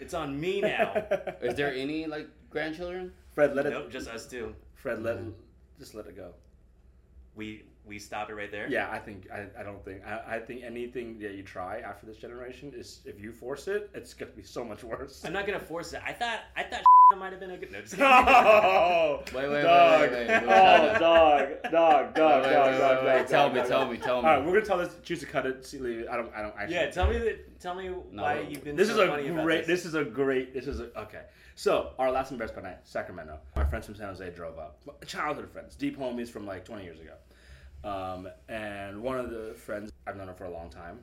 B: It's on me now.
A: Is there any like grandchildren?
C: Fred? Let it.
B: nope, just us two.
C: Fred, let just let it go.
B: We we stop it right there.
C: Yeah, I think I, I don't think I, I think anything that you try after this generation is if you force it, it's gonna be so much worse.
B: I'm not gonna force it. I thought I thought might have been a good. No, just kidding.
C: Oh,
A: Wait, wait, wait,
C: dog.
A: wait, wait, wait.
C: Oh, dog, dog, dog, dog,
A: Wait, wait, wait,
C: dog,
A: wait,
C: dog.
A: tell
C: dog,
A: me,
C: dog,
A: tell
C: dog.
A: me, tell
C: All
A: me.
C: right, we're gonna tell this. Choose to cut it. See, leave it. I don't. I don't actually.
B: yeah, tell me that. Tell me why you've been.
C: This
B: so
C: is
B: funny
C: a
B: about
C: great.
B: This.
C: This is a great. This is a, okay. So our last embarrassment night, Sacramento. My friends from San Jose drove up. Childhood friends, deep homies from like 20 years ago. Um, and one of the friends I've known her for a long time,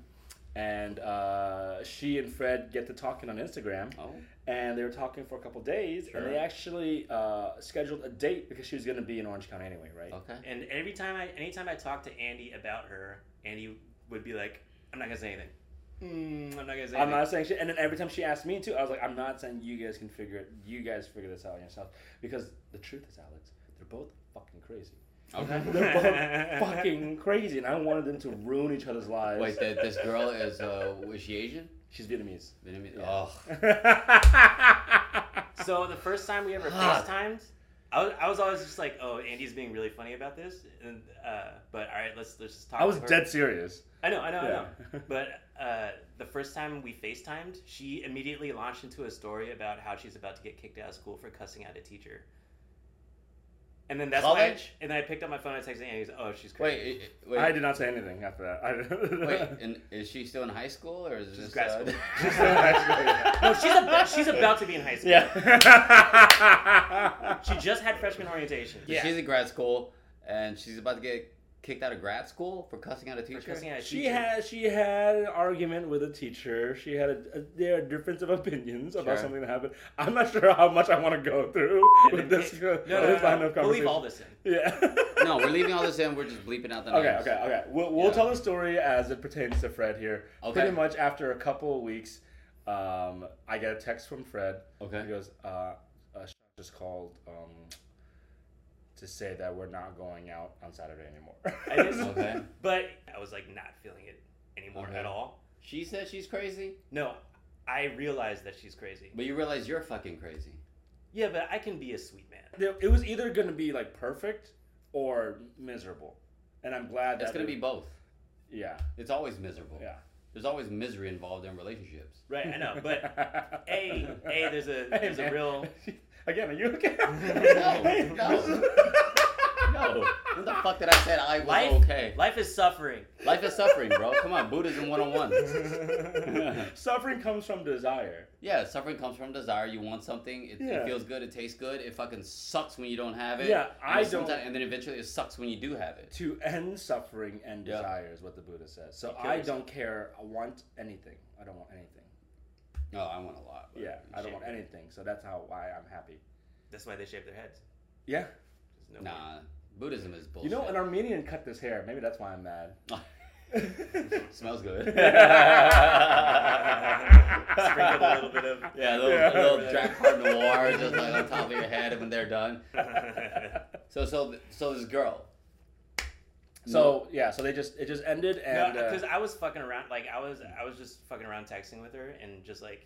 C: and uh, she and Fred get to talking on Instagram.
A: Oh.
C: And they were talking for a couple days,
A: Sure.
C: and they actually uh, scheduled a date because she was going to be in Orange County anyway, right?
A: Okay.
B: And every time I, anytime I talked to Andy about her, Andy would be like, "I'm not gonna say anything. Mm, I'm not gonna say
C: I'm
B: anything."
C: not saying shit. And then every time she asked me to, I was like, I'm not saying you guys can figure it. You guys figure this out yourself. Because the truth is, Alex, they're both fucking crazy.
A: Okay.
C: They're both fucking crazy, and I wanted them to ruin each other's lives.
A: Wait, that this girl is uh, was she Asian?
C: she's Vietnamese.
A: Vietnamese.
C: Yeah.
A: Oh,
B: So the first time we ever FaceTimed, I was, I was always just like, "Oh, Andy's being really funny about this," and uh, but all right, let's let's just talk.
C: I was
B: to her.
C: dead serious.
B: I know, I know, I
C: Yeah.
B: know. But uh, the first time we FaceTimed, she immediately launched into a story about how she's about to get kicked out of school for cussing out a teacher. And then that's why I-
A: College?
B: and then I picked up my phone and I texted Andy. Oh, she's
A: wait,
B: crazy.
A: i- i- wait,
C: I did not say anything after that. I,
A: wait. And is she still in high school or is this?
B: grad
A: uh,
B: school.
C: She's still in high school, yeah.
B: No, she's about, she's about to be in high school.
C: yeah.
B: She just had freshman orientation.
A: so She's in grad school and she's about to get kicked out of grad school for cussing out a
B: For
A: teacher.
B: cussing out a
C: She
B: teacher.
C: had she had an argument with a teacher. She had a, a there are difference of opinions about
A: Sure.
C: something that happened. I'm not sure how much I want to go through
B: And
C: with
B: then-
C: this,
B: no,
C: with
B: no, no,
C: this
B: no,
C: line
B: no.
C: of
B: We'll leave
C: conversation.
B: all this in.
C: Yeah.
A: no, we're leaving all this in. We're just bleeping out the
C: Okay,
A: names.
C: okay, okay. We'll, we'll
A: Yeah.
C: tell the story as it pertains to Fred here.
A: Okay.
C: Pretty much after a couple of weeks, um, I get a text from Fred.
A: Okay.
C: He goes, uh, uh, Sean just called um, to say that we're not going out on Saturday anymore.
B: I didn't-
A: Okay.
B: But I was like not feeling it anymore
A: Okay.
B: at all.
A: She said she's crazy,
B: No, I realized that she's crazy.
A: but you realize you're fucking crazy.
B: Yeah, but I can be a sweet man.
C: There- it was either going to be like perfect or miserable, and I'm glad that
A: It's gonna be
C: it-
A: both.
C: yeah,
A: It's always miserable.
C: yeah,
A: There's always misery involved in relationships.
B: Right, I know. But hey, hey, there's a- there's a
C: man.
B: real-
C: again. Are you okay?
A: No, no. No. When the fuck did I say I was
B: Life,
A: okay?
B: life is suffering.
A: Life is suffering, bro. Come on, Buddhism 101.
C: Suffering comes from desire.
A: Yeah, suffering comes from desire. You want something, it,
C: Yeah.
A: it feels good, it tastes good. It fucking sucks when you don't have it.
C: Yeah,
A: And
C: I
A: then
C: don't-
A: someti- And then eventually it sucks when you do have it.
C: To end suffering and
A: Yeah.
C: desire is what the Buddha says. So
A: You kill
C: I
A: yourself.
C: don't care. I want anything. I don't want anything.
A: No, Oh, I want a lot. but-
C: Yeah, I don't want
B: Shit.
C: anything. So that's how why I'm happy.
B: That's why they shave their heads.
C: Yeah.
B: There's no
A: Nah, Buddhism is
C: You
A: bullshit.
C: know, an Armenian cut this hair. Maybe that's why I'm mad.
A: Smells good.
B: Sprinkle a little bit of-
A: Yeah, a little,
C: Yeah.
A: a little Jack Hart Noir just like on top of your head when they're done. So, so, so this girl.
C: so yeah, so they just it just ended and uh,
B: because I was fucking around. Like I was, I was just fucking around texting with her, and just like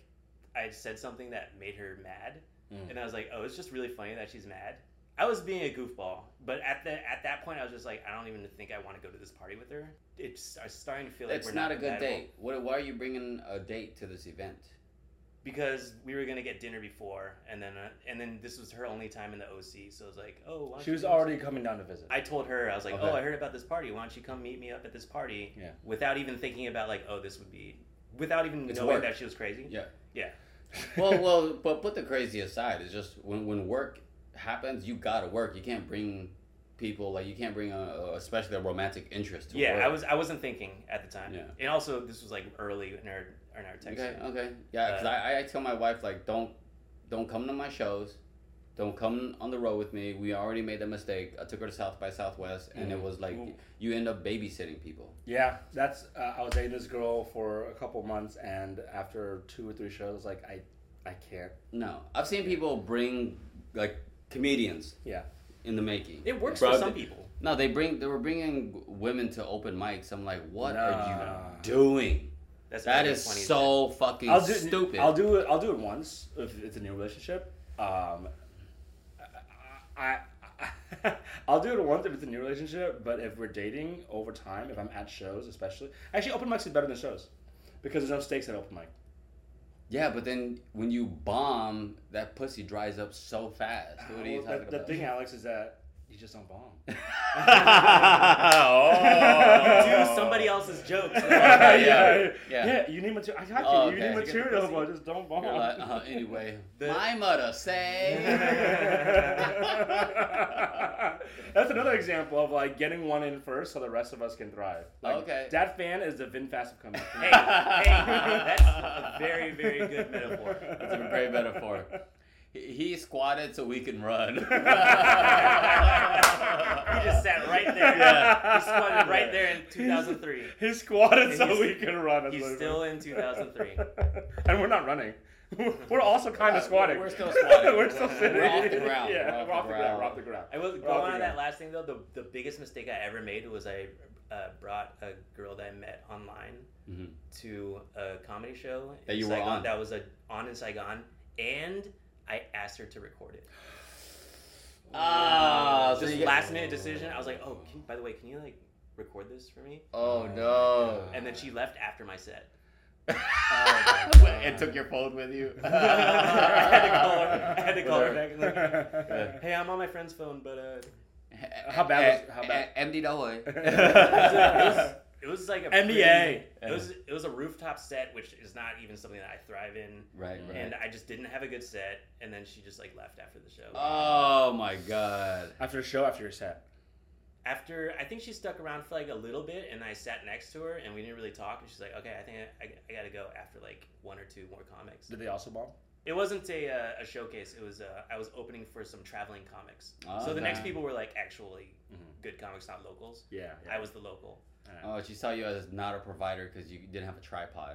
B: I said something that made her mad,
C: Mm.
B: and I was like, "Oh, it's just really funny that she's mad." I was being a goofball, but at the at that point, I was just like, "I don't even think I want to go to this party with her." It's I was starting to feel like
A: it's
B: we're
A: not,
B: not,
A: a good
B: compatible.
A: date. What, why are you bringing a date to this event?
B: because we were gonna get dinner before, and then uh, and then this was her only time in the OC, so I was like, "Oh, why don't
C: she
B: you
C: was
B: come-
C: already coming down to visit.
B: I told her I was like,
A: Okay.
B: "Oh, I heard about this party. Why don't you come meet me up at this party?"
C: Yeah.
B: Without even thinking about like, "Oh, this would be," without even
A: It's
B: knowing
A: work.
B: that she was crazy.
A: Yeah.
B: Yeah.
A: Well, well, but put the crazy aside. It's just when, when work happens, you gotta work. You can't bring people like you can't bring a, a- especially a romantic interest to
B: Yeah,
A: work.
B: I was I wasn't thinking at the time.
A: Yeah.
B: And also, this was like early in our in our text.
A: Okay, okay. Yeah, because
B: Uh,
A: I, I tell my wife, like, don't don't come to my shows. Don't come on the road with me. We already made the mistake. I took her to South by Southwest, and
B: Mm-hmm.
A: it was like,
C: Ooh.
A: you end up babysitting people.
C: Yeah, that's. Uh, I was dating this girl for a couple months, and after two or three shows, like I, I can't.
A: No. I've seen people bring, like, comedians
C: Yeah,
A: in the making.
B: It works
A: Bro,
B: for some
A: they-
B: people.
A: No, they bring they were bringing women to open mics. I'm like, what are
C: Nah.
A: you doing?
B: That's
A: That
B: really
A: is
B: funny as
A: so fucking
C: I'll do
A: stupid.
C: I'll do it. I'll do it once if it's a new relationship. Um, I, I I'll do it once if it's a new relationship. But if we're dating over time, if I'm at shows, especially actually open mics is better than shows because there's no stakes at open mic.
A: yeah, but then when you bomb, that pussy dries up so fast. What are you talking
C: Well, the,
A: about?
C: the thing, Alex, is that you just don't bomb.
B: that.
C: Oh.
B: Do somebody else's jokes.
C: yeah, yeah,
A: Oh, yeah.
C: You need material. I got you.
A: Oh,
C: You
A: okay.
C: need material, but just don't bomb.
A: You're like, uh, anyway,
B: The-
A: my mother say.
C: That's another example of like getting one in first so the rest of us can thrive. Like,
A: Okay.
C: That fan is the Vin Fast of comedy.
B: hey, hey, that's a very very good metaphor.
A: That's a great metaphor. He- He squatted so we can run.
B: he just sat right there.
C: Yeah.
B: He squatted right there in 2003.
C: He squatted
B: And
C: so
B: he's-
C: we can run.
B: He's
C: literally-
B: still in 2003.
C: and we're not running. We're also kind
A: Uh,
C: of squatting.
A: we're still squatting.
C: we're still sitting.
A: We're off the ground.
C: Yeah, we're, off the ground. We're off the ground.
B: I will
C: We're
B: go
C: off the
B: on to
C: ground.
B: that last thing though. The the biggest mistake I ever made was I uh, brought a girl that I met online
A: Mhm.
B: to a comedy show in
A: That you were
B: Saigon,
A: on.
B: That was a, on in Saigon, and I asked her to record it.
A: Ah, so
B: Just
A: you get-
B: last minute decision. I was like, oh, can, by the way, can you like record this for me?
A: Oh no!
B: And then she left after my set.
C: Oh,
A: and took your phone with you.
B: I had to call her. I had to call her back. and like,
C: back.
B: Hey, I'm on my friend's phone, but uh,
C: How bad was- how bad-
A: Eh, MD
B: it, was,
A: Dawei.
B: it was like a
C: NBA.
B: pretty- it was it was a rooftop set, which is not even something that I thrive in.
A: Right, right.
B: And I just didn't have a good set, and then she just like left after the show.
A: oh my god!
C: after a show, after your set.
B: after I think she stuck around for like a little bit, and I sat next to her, and we didn't really talk. And she's like, "Okay, I think I, I, I gotta go." After like one or two more comics,
C: Did they also bomb?
B: it wasn't a, uh, a showcase. It was uh, I was opening for some traveling comics. so the next
A: Okay.
B: people were like actually
A: Mm-hmm.
C: Mhm.
B: good comics, not locals.
C: Yeah.
B: I was the local.
A: Oh, she saw you as not a provider because you didn't have a tripod.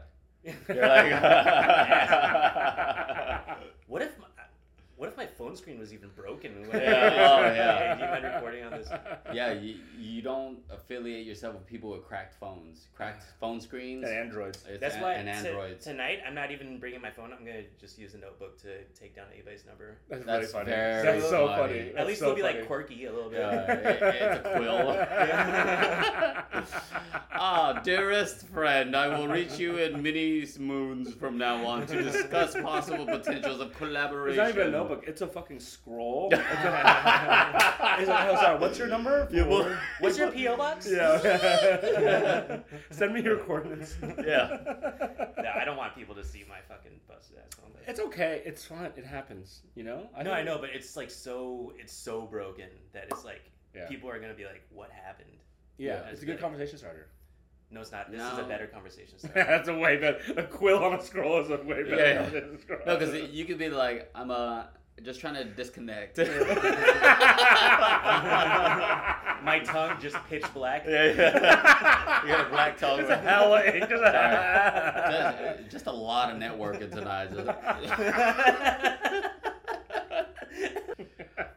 C: You're like-
B: What if my, what if my phone screen was even broken? When
A: Yeah, oh, yeah.
B: Hey, do you mind recording on this?
A: yeah, you, you don't affiliate yourself with people with cracked phones, cracked phone screens.
C: And androids.
A: It's
B: That's
A: an-
B: why
A: and
B: to-
A: androids.
B: tonight I'm not even bringing my phone. I'm gonna just use a notebook to take down anybody's number.
C: That's, really
A: That's
C: funny.
A: very
C: That's so funny.
A: funny.
B: At
C: That's
B: least
C: so
B: it'll be
C: funny.
B: like quirky a little bit.
A: Yeah. it- it's a quill. Ah, dearest friend, I will reach you in many moons from now on to discuss possible potentials of collaboration.
C: It's not even a notebook. It's a fucking scroll. He's like, "Oh, sorry, what's your number?
A: Yeah, well-
C: Four.
B: What's your PO box?
C: Yeah. Send me your coordinates. Yeah.
B: No, I don't want people to see my fucking busted ass. on this.
C: It's okay. It's fine. It happens. You know.
B: I know, I
C: think-
B: know, but it's like so it's so broken that it's like
C: Yeah.
B: people are gonna be like, "What happened?"
C: Yeah,
B: Yeah,
C: it's
B: it's
C: a good
B: good.
C: conversation starter.
B: No, it's not. This is a
A: No.
B: better conversation. starter.
C: That's a way better. A quill on a scroll is a way better
A: Yeah.
C: conversation starter.
A: No, because you could be like, I'm uh, just trying to disconnect.
B: my tongue just pitch black.
C: Yeah, yeah.
A: You got a black tongue.
C: Just a hella. Just a
A: just, just a lot of networking tonight.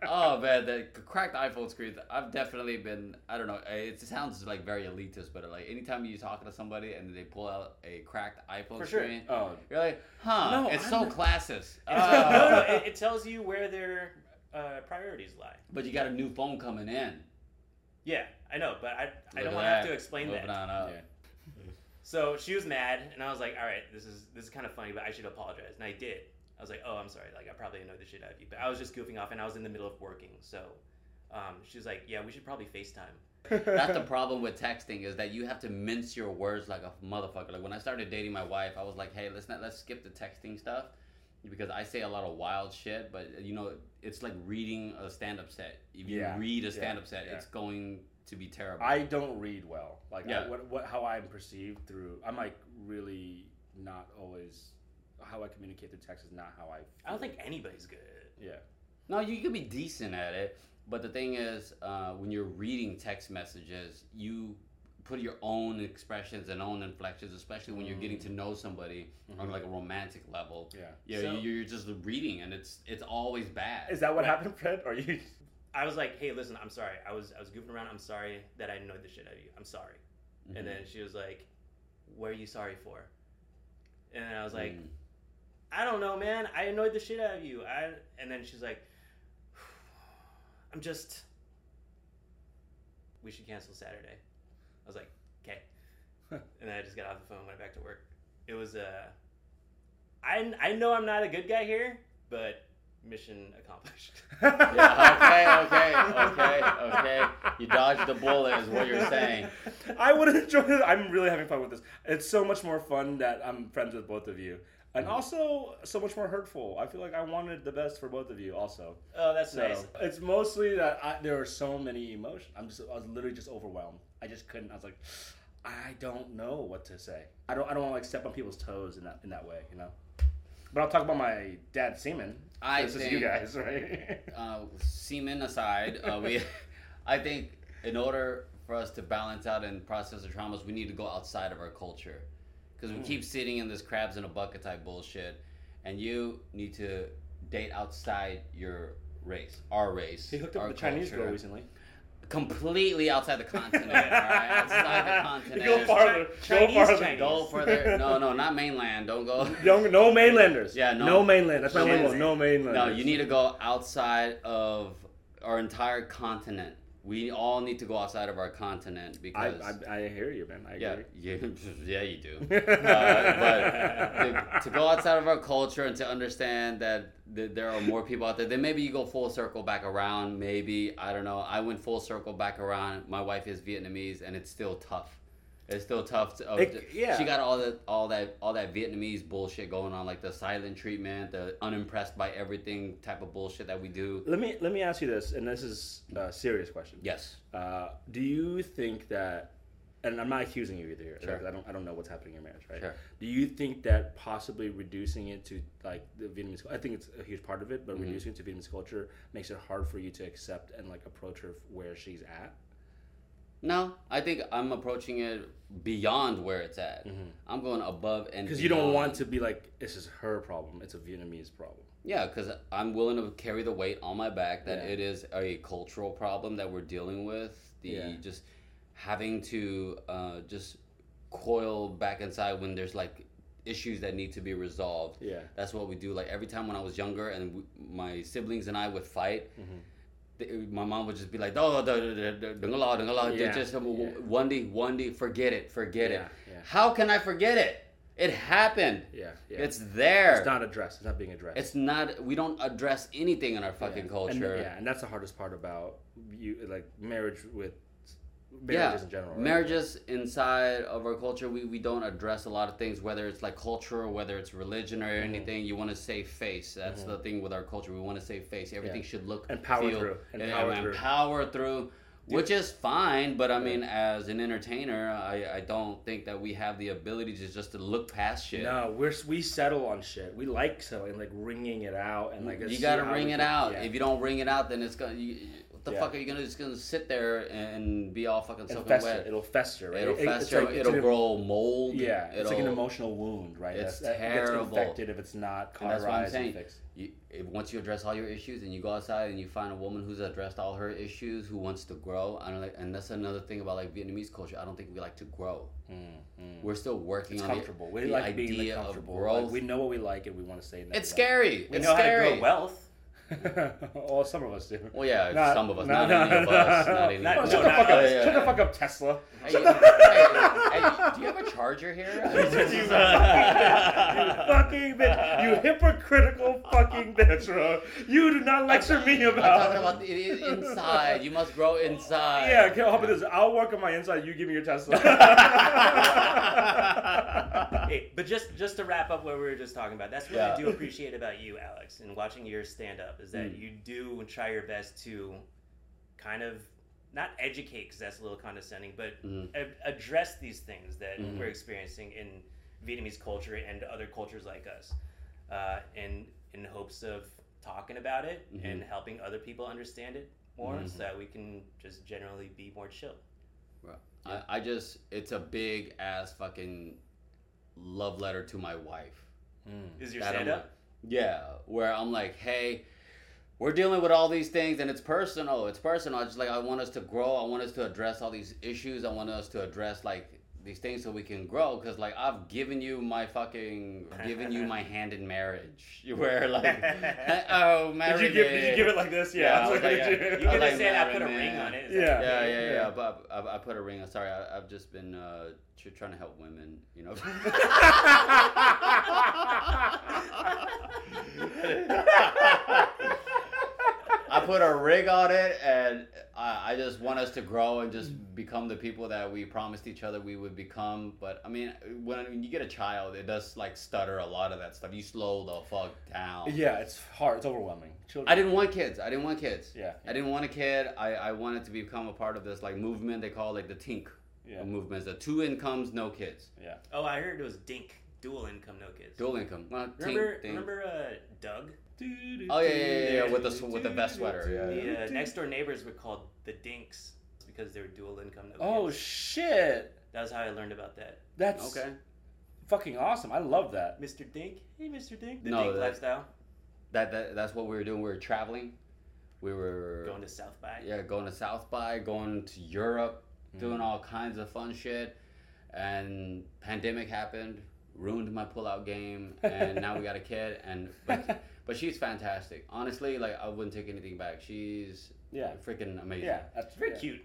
A: oh man, the cracked iPhone screens. I've definitely been. I don't know. uh, It sounds like very elitist, but like anytime you talk to somebody and they pull out a cracked iPhone
B: For sure.
A: screen,
C: Oh,
A: you're like, huh?
C: No,
A: it's
C: I'm
A: so
C: not-
A: classist.
B: no, no,
C: Ah.
A: Uh,
B: it, it tells you where their uh, priorities lie.
A: but you got a new phone coming in.
B: Yeah, I know, but I, I
A: Look
B: don't
A: at
B: want to have
A: that.
B: to explain
A: Moving
B: that.
A: on up.
C: yeah.
B: So she was mad, and I was like, "All right, this is this is kind of funny, but I should apologize." And I did. I was like, "Oh, I'm sorry. Like, I probably annoyed the shit out of you." But I was just goofing off, and I was in the middle of working. So um, she was like, "Yeah, we should probably FaceTime."
A: That's the problem with texting is that you have to mince your words like a motherfucker. Like when I started dating my wife, I was like, "Hey, let's not let's skip the texting stuff because I say a lot of wild shit." But you know, it's like reading a stand-up set. If you
C: Yeah,
A: read
C: yeah,
A: a stand-up set,
C: yeah.
A: it's going to be terrible.
C: I don't read well. Like, I,
A: Yeah.
C: what, what, how I'm perceived through. I'm like really not always. How I communicate through text is not how I. Feel.
B: I don't think anybody's good.
C: Yeah.
A: no, you could be decent at it, but the thing is, uh, when you're reading text messages, you put your own expressions and own inflections, especially when you're getting to know somebody on like a romantic level.
C: Yeah.
A: Yeah,
B: So-
A: you- you're just reading, and it's it's always bad.
C: Is that what
B: Right.
C: happened, Fred? Or you?
B: I was like, "Hey, listen, I'm sorry. I was I was goofing around. I'm sorry that I annoyed the shit out of you. I'm sorry."
A: Mm-hmm.
B: And then she was like, "What are you sorry for?" And I was like, I don't know, man. I annoyed the shit out of you. I and then she's like, I'm just. We should cancel Saturday. I was like, okay. and then I just got off the phone, and went back to work. It was Uh, I I know I'm not a good guy here, but mission accomplished.
A: Yeah, okay, okay, okay, okay. You dodged the bullet is what you're saying.
C: I would enjoy it. I'm really having fun with this. It's so much more fun that I'm friends with both of you. And
A: Mm-hmm.
C: also, so much more hurtful. I feel like I wanted the best for both of you, also.
B: Oh, that's
C: So
B: nice.
C: it's mostly that I, there are so many emotions. I'm just, I was literally just overwhelmed. I just couldn't. I was like, I don't know what to say. I don't, I don't want to like step on people's toes in that, in that way, you know. But I'll talk about my dad, Seaman.
A: I
C: this is you
A: think-
C: guys, right?
A: Uh, semen aside, uh, we, I think, in order for us to balance out and process the traumas, we need to go outside of our culture, because we
C: Hmm.
A: keep sitting in this crabs in a bucket type bullshit, and you need to date outside your race, our race.
C: he hooked up
A: our
C: with a Chinese girl
A: culture.
C: recently.
A: Completely outside the continent. all right, outside the continent.
C: Go farther.
B: Chinese
C: go farther.
B: Chinese.
A: Go further. No, no, not mainland. Don't go.
C: Young, no mainlanders.
A: Yeah, no-
C: no mainland. That's my
A: Shit.
C: only one. No mainland.
A: No, you need to go outside of our entire continent. We all need to go outside of our continent
C: I,
A: because
C: I, I hear you, man. I
A: yeah,
C: agree.
A: yeah, yeah, you do. Uh, but to, to go outside of our culture and to understand that th- there are more people out there, then maybe you go full circle back around. Maybe I don't know. I went full circle back around. My wife is Vietnamese, and it's still tough. It's still tough. To, uh,
C: It- yeah.
A: she got all that, all that, all that Vietnamese bullshit going on, like the silent treatment, the unimpressed by everything type of bullshit that we do.
C: Let me let me ask you this, and this is a serious question.
A: Yes.
C: Uh, do you think that, and I'm not accusing you either. here,
A: Sure.
C: like, I don't I don't know what's happening in your marriage, right?
A: Sure.
C: Do you think that possibly reducing it to like the Vietnamese? I think it's a huge part of it,
A: Mm-hmm.
C: but reducing it to Vietnamese culture makes it hard for you to accept and like approach her where she's at.
A: No, I think I'm approaching it beyond where it's at. I'm going above and
C: Mm-hmm. Because you don't
A: beyond.
C: want to be like this is her problem. It's a Vietnamese problem.
A: Yeah, because I'm willing to carry the weight on my back that
C: Yeah.
A: it is a cultural problem that we're dealing with. The
C: Yeah.
A: just having to uh, just coil back inside when there's like issues that need to be resolved.
C: Yeah.
A: That's what we do. Like every time when I was younger and w my siblings and I would fight,
C: Mm-hmm.
A: th- my mom would just be like, "Oh, da- da- da- da- dang a lot, dang a lot."
C: Yeah,
A: just um,
C: yeah.
A: one day, one day, forget it, forget it.
C: Yeah, yeah.
A: How can I forget it? It happened.
C: Yeah, yeah.
A: It's there.
C: It's not addressed. It's not being addressed.
A: It's not. We don't address anything in our fucking
C: Yeah.
A: culture.
C: And, yeah, and that's the hardest part about you, like marriage with marriages
A: Yeah,
C: in general. right?
A: marriages inside of our culture, we, we don't address a lot of things, whether it's like culture, whether it's religion or
C: Mm-hmm.
A: anything. You want to save face. That's the thing with our culture. We want to save face. Everything should look
C: And power
A: feel,
C: through, and
A: and, and
C: power
A: power
C: through.
A: through, which is fine. But I mean, as an entertainer, I, I don't think that we have the ability to just to look past shit.
C: No, we're we settle on shit. We like settling, like wringing it out, and like
A: you
C: see
A: gotta
C: how
A: ring
C: we
A: it
C: can-
A: out.
C: yeah.
A: If you don't ring it out, then it's gonna. You, what the
C: Yeah.
A: fucking fuck are you gonna just gonna sit there and be all fucking
C: it'll
A: soaking
C: fester.
A: wet?
C: It'll fester. Right?
A: It'll
C: It- it's
A: fester.
C: like- it's
A: it'll
C: an-
A: grow mold.
C: Yeah,
A: it'll,
C: it's like an emotional wound, right?
A: It's
C: That's- That
A: terrible.
C: gets infected if it's not
A: And that's what I'm
C: cauterized and
A: saying.
C: fixed.
A: You, if- once you address all your issues and you go outside and you find a woman who's addressed all her issues, who wants to grow, I don't like, and that's another thing about like Vietnamese culture. I don't think we like to grow. We're still Hmm, working
C: It's
A: on
C: comfortable.
A: the,
C: We
A: the
C: like
A: idea
C: being like,
A: of
C: comfortable.
A: growth.
C: Like, we know what we like and we want to say that.
A: it's scary.
B: We
A: it's
B: know
A: scary.
B: how to grow wealth.
C: well, some of us do.
A: Well, yeah, it's
C: Not-
A: some of us,
C: no,
A: not,
C: no,
A: any of
C: no,
A: us,
C: no,
A: not any
B: not-
A: of
C: No,
A: us.
C: shut the
B: not-
C: fuck up!
A: Yeah, yeah,
C: Shut the
A: yeah.
C: fuck up, Tesla.
A: Hey, hey,
C: Shut the
A: hey, do you have a charger
C: you
A: here?
C: fucking bitch! You hypocritical fucking bitch, bro! You do not lecture me
A: I'm
C: about.
A: talking about it is inside. You must grow inside.
C: Yeah, okay, I'll help with this. I'll work on my inside. You give me your Tesla.
B: Hey, but just just to wrap up what we were just talking about, that's what
A: Yeah. Mm.
B: I do appreciate about you, Alex, and watching your stand up is that you do try your best to kind of not educate because that's a little condescending, but
A: Mm.
B: a- address these things that
A: Mm-hmm.
B: we're experiencing in Vietnamese culture and other cultures like us, uh, in in hopes of talking about it
A: Mm-hmm.
B: and helping other people understand it more, so that we can just generally be more chill.
A: Bro, I, I just, it's a big ass fucking love letter to my wife.
C: Hmm.
B: Is your
A: That I'm
B: stand up?
A: like- yeah, where I'm like, hey, we're dealing with all these things and it's personal. It's personal. I just like, I want us to grow. I want us to address all these issues. I want us to address like these things so we can grow. Cause like, I've given you my fucking, given you my hand in marriage. Where like, oh, marriage.
C: did you give? Did you give it like this?
A: Yeah, I
C: Yeah. I was
A: was
C: like,
A: like,
C: did
B: You
A: I was
B: could
A: like,
B: have said I
A: "Nah,
B: put a
A: man."
B: ring on it. Is that
C: Yeah.
A: yeah, yeah, yeah.
C: Yeah.
A: But I, I put a ring on. Sorry, I, I've just been uh, tr- trying to help women. You know. I put a ring on it, and I, I just want us to grow and just become the people that we promised each other we would become. But I mean, when, when you get a child, it does like stutter a lot of that stuff. You slow the fuck down.
C: Yeah, it's hard. It's overwhelming. Children.
A: I didn't want kids. I didn't want kids.
C: Yeah.
A: I didn't want a kid. I, I wanted to become a part of this like movement they call like the Tink
C: Yeah.
A: movement. The two incomes, no kids.
C: Yeah.
B: Oh, I heard it was Dink, dual income, no kids.
A: Dual income. Well, tink,
B: remember,
A: tink.
B: remember uh, Doug?
A: Oh yeah, yeah, yeah, yeah, with the sw- with the vest sweater. Yeah. yeah.
B: The uh, next door neighbors were called the Dinks because they were dual income. No
C: Oh
B: kids.
C: shit!
B: that was how I learned about that.
C: That's
A: Okay.
C: fucking awesome. I love that.
B: Mr. Dink, hey Mr. Dink, the
A: No,
B: Dink
A: that-
B: lifestyle.
A: That, that that's what we were doing. We were traveling. We were
B: Going to South by.
A: yeah going to South by, going to Europe,
C: Mm.
A: doing all kinds of fun shit. And pandemic happened, ruined my pullout game, and now we got a kid. And but, but she's fantastic. Honestly, like I wouldn't take anything back. She's
C: Yeah.
A: freaking amazing.
C: Yeah, that's
B: Very
C: yeah.
B: cute.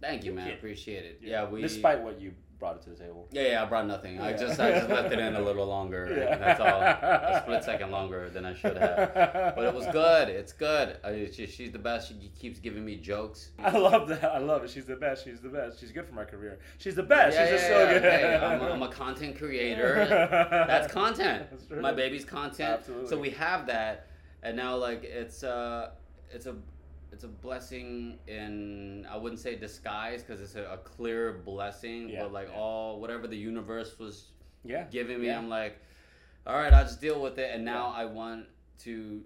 A: Thank you, man.
B: Yeah.
A: Appreciate it. Yeah, we.
C: Despite what you brought it to the table.
A: yeah, yeah, I brought nothing. I
C: Yeah.
A: just I just left it in a little longer.
C: Yeah.
A: That's all. A split second longer than I should have. But it was good. It's good. I, she, she's the best. She keeps giving me jokes.
C: I love that. I love it. She's the best. She's the best. She's good for my career. She's the best.
A: Yeah,
C: She's just
A: yeah,
C: so
A: yeah.
C: good.
A: Hey, I'm, a- I'm a content creator. That's content.
C: That's true.
A: My baby's content.
C: Absolutely.
A: So we have that, and now like it's a, it's a, it's a blessing in I wouldn't say disguise because it's a, a clear blessing,
C: Yeah,
A: but like
C: yeah.
A: all whatever the universe was
C: yeah.
A: giving me,
C: Yeah.
A: I'm like, all right, I'll just deal with it. And now I want to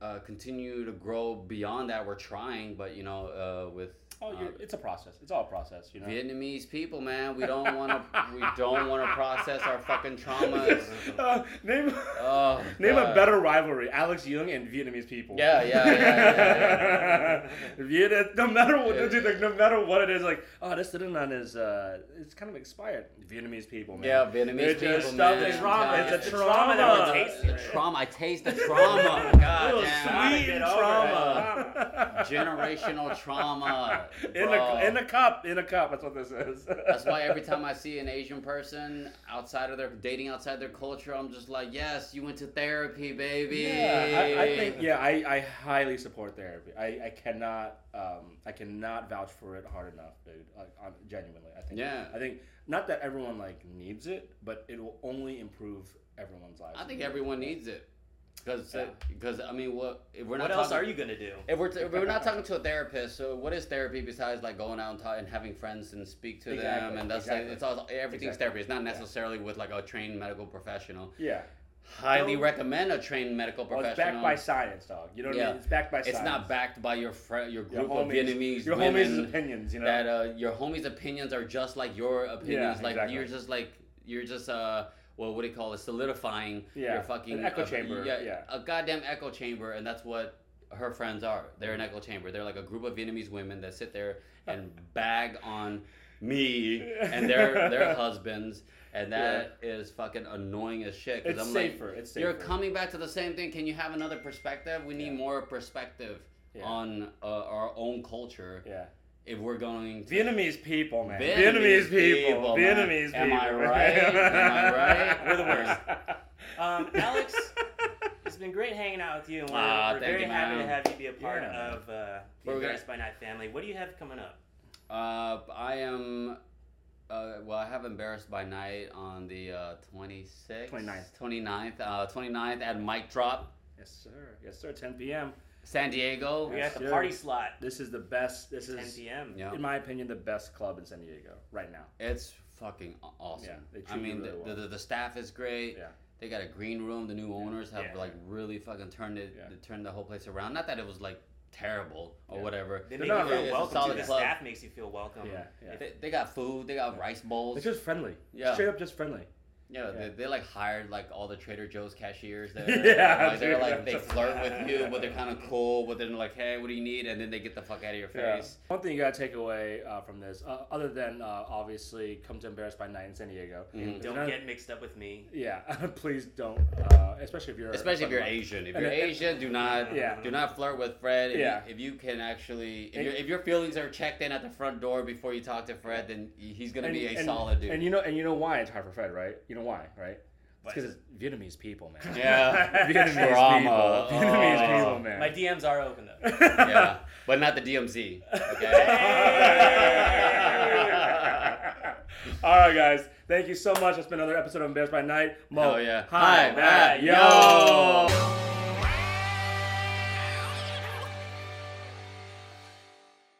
A: uh, continue to grow beyond that. We're trying, but you know, uh, with
C: Oh,
A: uh,
C: you're, it's a process. It's all a process, you know.
A: Vietnamese people, man, we don't want to, we don't want to process our fucking traumas.
C: Uh, name
A: Oh,
C: name
A: God.
C: a better rivalry: Alex Young and Vietnamese people.
A: Yeah, yeah, yeah, yeah,
C: Viet, no matter what,
A: Yeah.
C: dude, like, no matter what it is, like, oh, this Dinan is, uh, it's kind of expired. Vietnamese people, man.
A: Yeah, Vietnamese
C: They're
A: people,
C: just
A: man.
C: It's trauma.
A: Yeah.
C: It's a
A: The
C: trauma.
B: trauma that one
A: The
B: tastes.
A: trauma. I taste the trauma. God
C: Little
A: damn.
C: sweet
B: Get over
C: trauma.
A: generational trauma.
C: in
A: bro.
C: a in a cup, in a cup. That's what this is.
A: That's why every time I see an Asian person outside of their dating outside their culture, I'm just like, yes, you went to therapy, baby.
C: Yeah, I, I think yeah, I, I highly support therapy. I, I cannot um I cannot vouch for it hard enough, dude. Like on, genuinely, I think.
A: Yeah.
C: I think not that everyone like needs it, but it will only improve everyone's lives.
A: I think everyone needs it because
C: Yeah.
A: because I mean, what if we're not
B: what else
A: talking-
B: are you gonna do?
A: If we're, if we're not talking to a therapist, so what is therapy besides like going out and, talk, and having friends and speak to them?
C: Exactly,
A: And that's
C: exactly.
A: like, it's all everything's
C: Exactly.
A: therapy. It's not
C: Yeah.
A: necessarily with like a trained medical professional.
C: Yeah.
A: Highly
C: No.
A: recommend a trained medical
C: Well, Oh, it's
A: professional.
C: backed by science, dog. You know what I
A: Yeah.
C: mean? It's backed by science.
A: It's not backed by your friend, your
C: Your
A: group of
C: homies,
A: Vietnamese
C: your
A: women.
C: homies' opinions, you know.
A: that uh, your homies' opinions are just like your opinions.
C: Yeah,
A: like
C: exactly.
A: you're just like you're just uh, well, what do you call it? Solidifying
C: Yeah,
A: your fucking
C: an echo
A: op-
C: chamber, yeah.
A: a goddamn echo chamber, and that's what her friends are. They're an echo chamber. They're like a group of Vietnamese women that sit there and bag on me and their their husbands, and that is fucking annoying as shit. 'cause
C: it's
A: I'm like,
C: safer. it's safer.
A: you're coming back to the same thing. Can you have another perspective? We need
C: Yeah.
A: more perspective
C: Yeah.
A: on uh, our own culture
C: Yeah.
A: if we're going to
C: Vietnamese people, man. Vietnamese, people.
A: man.
C: Vietnamese
A: Am
C: people.
A: I right? Am I right?
C: We're the worst.
B: Um, Alex, it's been great hanging out with you, and we're,
A: Ah,
B: we're
A: thank
B: very
A: you,
B: happy to
A: man.
B: have you be a part
C: Yeah.
B: of uh, the
A: We're gonna-
B: Embarrassed by Night family. What do you have coming up?
A: Uh, I am. Uh, well, I have embarrassed by night on the uh, 26th,
C: 29th.
A: 29th, uh, 29th at Mic Drop,
C: Yes, sir. Yes, sir. 10 p.m.
A: San Diego.
B: We
C: Yes,
B: got the
C: sir.
B: party slot,
C: This is the best. This
B: 10
C: is,
B: p.m.
A: Yeah.
C: in my opinion, the best club in San Diego right now.
A: It's fucking aw- awesome.
C: Yeah, they
A: I
C: treat you
A: mean,
C: really
A: the,
C: well.
A: the, the staff is great.
C: Yeah.
A: They got a green room. The new owners have
B: Yeah.
A: like really fucking turned it,
C: Yeah.
A: turned the whole place around. Not that it was like terrible or
C: Yeah.
A: whatever.
B: They
C: They're
B: make you
C: not
B: feel
C: really- it's a
B: welcome. Too.
A: solid
B: The
A: club.
B: staff makes you feel
A: uh-huh.
B: welcome.
C: Yeah, yeah.
A: They, they got food. They got rice bowls.
C: It's just friendly.
A: Yeah.
C: Straight up just friendly.
A: Yeah,
C: Yeah.
A: They, they like hired like all the Trader Joe's cashiers there.
C: Yeah,
A: like, they're
C: dude,
A: like they
C: that's-
A: flirt with you, but they're kind of cool. But then like, hey, what do you need? And then they get the fuck out of your face.
C: One thing you gotta take away uh, from this, uh, other than uh, obviously come to Embarrassed by Night in San Diego.
A: Mhm.
C: There's
B: Don't
C: another-
B: get mixed up with me.
C: Yeah, please don't. Uh, especially if you're
A: Especially if you're
C: like-
A: Asian. If
C: And
A: you're
C: then-
A: Asian, do not
C: Yeah.
A: do not flirt with Fred. If,
C: Yeah.
A: you, if you can actually, if,
C: And-
A: your if your feelings are checked in at the front door before you talk to Fred, then he's gonna
C: and,
A: be a
C: and-
A: solid dude.
C: And you know, and you know why it's hard for Fred, right? You know why, right? It's
B: Why?
C: because it's Vietnamese people, man.
A: yeah,
C: Vietnamese
A: Drama.
C: people. Vietnamese
A: Oh.
C: people, man.
B: My DMs are open though.
A: yeah, but not the DMZ.
B: Hey!
A: Okay.
C: All right, guys. Thank you so much. It's been another episode of Embarrassed by Night. Mo,
A: Oh yeah.
C: Hi,
A: Hi, Matt.
C: Matt. yo.
A: yo.